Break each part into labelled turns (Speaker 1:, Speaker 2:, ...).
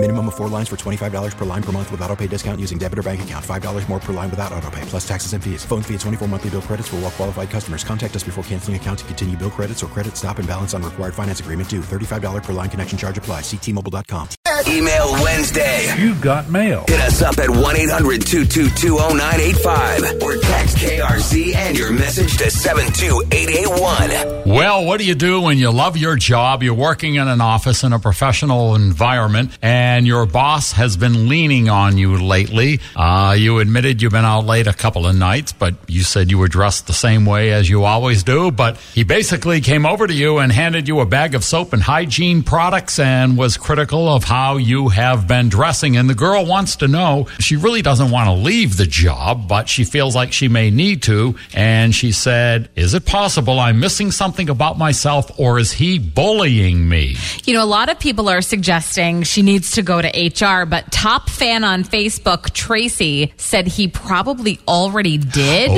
Speaker 1: Minimum of four lines for $25 per line per month with auto pay discount using debit or bank account. $5 more per line without auto pay, plus taxes and fees. Phone fee at 24 monthly bill credits for all well qualified customers. Contact us before canceling account to continue bill credits or credit stop and balance on required finance agreement due. $35 per line connection charge apply. Ctmobile.com.
Speaker 2: Email Wednesday.
Speaker 3: You got mail.
Speaker 2: Hit us up at 1 800 222 0985 or text KRZ and your message to 72881.
Speaker 3: Well, what do you do when you love your job? You're working in an office in a professional environment, and your boss has been leaning on you lately. Uh, you admitted you've been out late a couple of nights, but you said you were dressed the same way as you always do. But he basically came over to you and handed you a bag of soap and hygiene products and was critical of how you have been dressing. And the girl wants to know she really doesn't want to leave the job, but she feels like she may need to. And she said, Is it possible I'm missing something about myself or is he bullying me?
Speaker 4: You know, a lot of people are suggesting she needs to go to HR, but top fan on Facebook, Tracy, said he probably already did.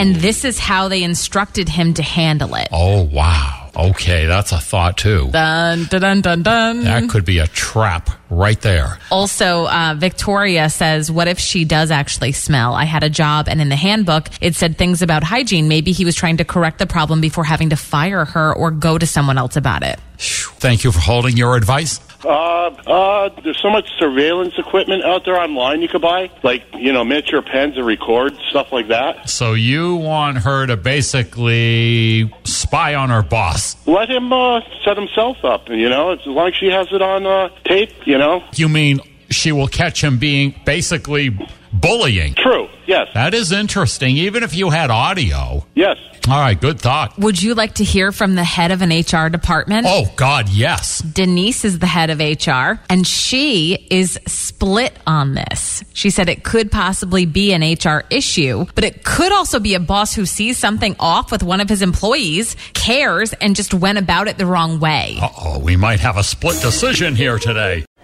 Speaker 4: And this is how they instructed him to handle it.
Speaker 3: Oh, wow. Okay, that's a thought too.
Speaker 4: Dun, dun, dun, dun, dun.
Speaker 3: That could be a trap right there.
Speaker 4: Also, uh, Victoria says, What if she does actually smell? I had a job, and in the handbook, it said things about hygiene. Maybe he was trying to correct the problem before having to fire her or go to someone else about it.
Speaker 3: Thank you for holding your advice.
Speaker 5: Uh, uh, there's so much surveillance equipment out there online you could buy, like you know miniature pens and record stuff like that.
Speaker 3: So you want her to basically spy on her boss.
Speaker 5: Let him uh, set himself up. You know, as long as she has it on uh, tape. You know,
Speaker 3: You mean she will catch him being basically bullying?
Speaker 5: true. Yes,
Speaker 3: That is interesting, even if you had audio. All
Speaker 5: yes.
Speaker 3: right, good thought.
Speaker 4: Would you like to hear from the head of an HR department?
Speaker 3: Oh, God, yes.
Speaker 4: Denise is the head of HR, and she is split on this. She said it could possibly be an HR issue, but it could also be a boss who sees something off with one of his employees, cares, and just went about it the wrong way.
Speaker 3: Uh oh, we might have a split decision here today.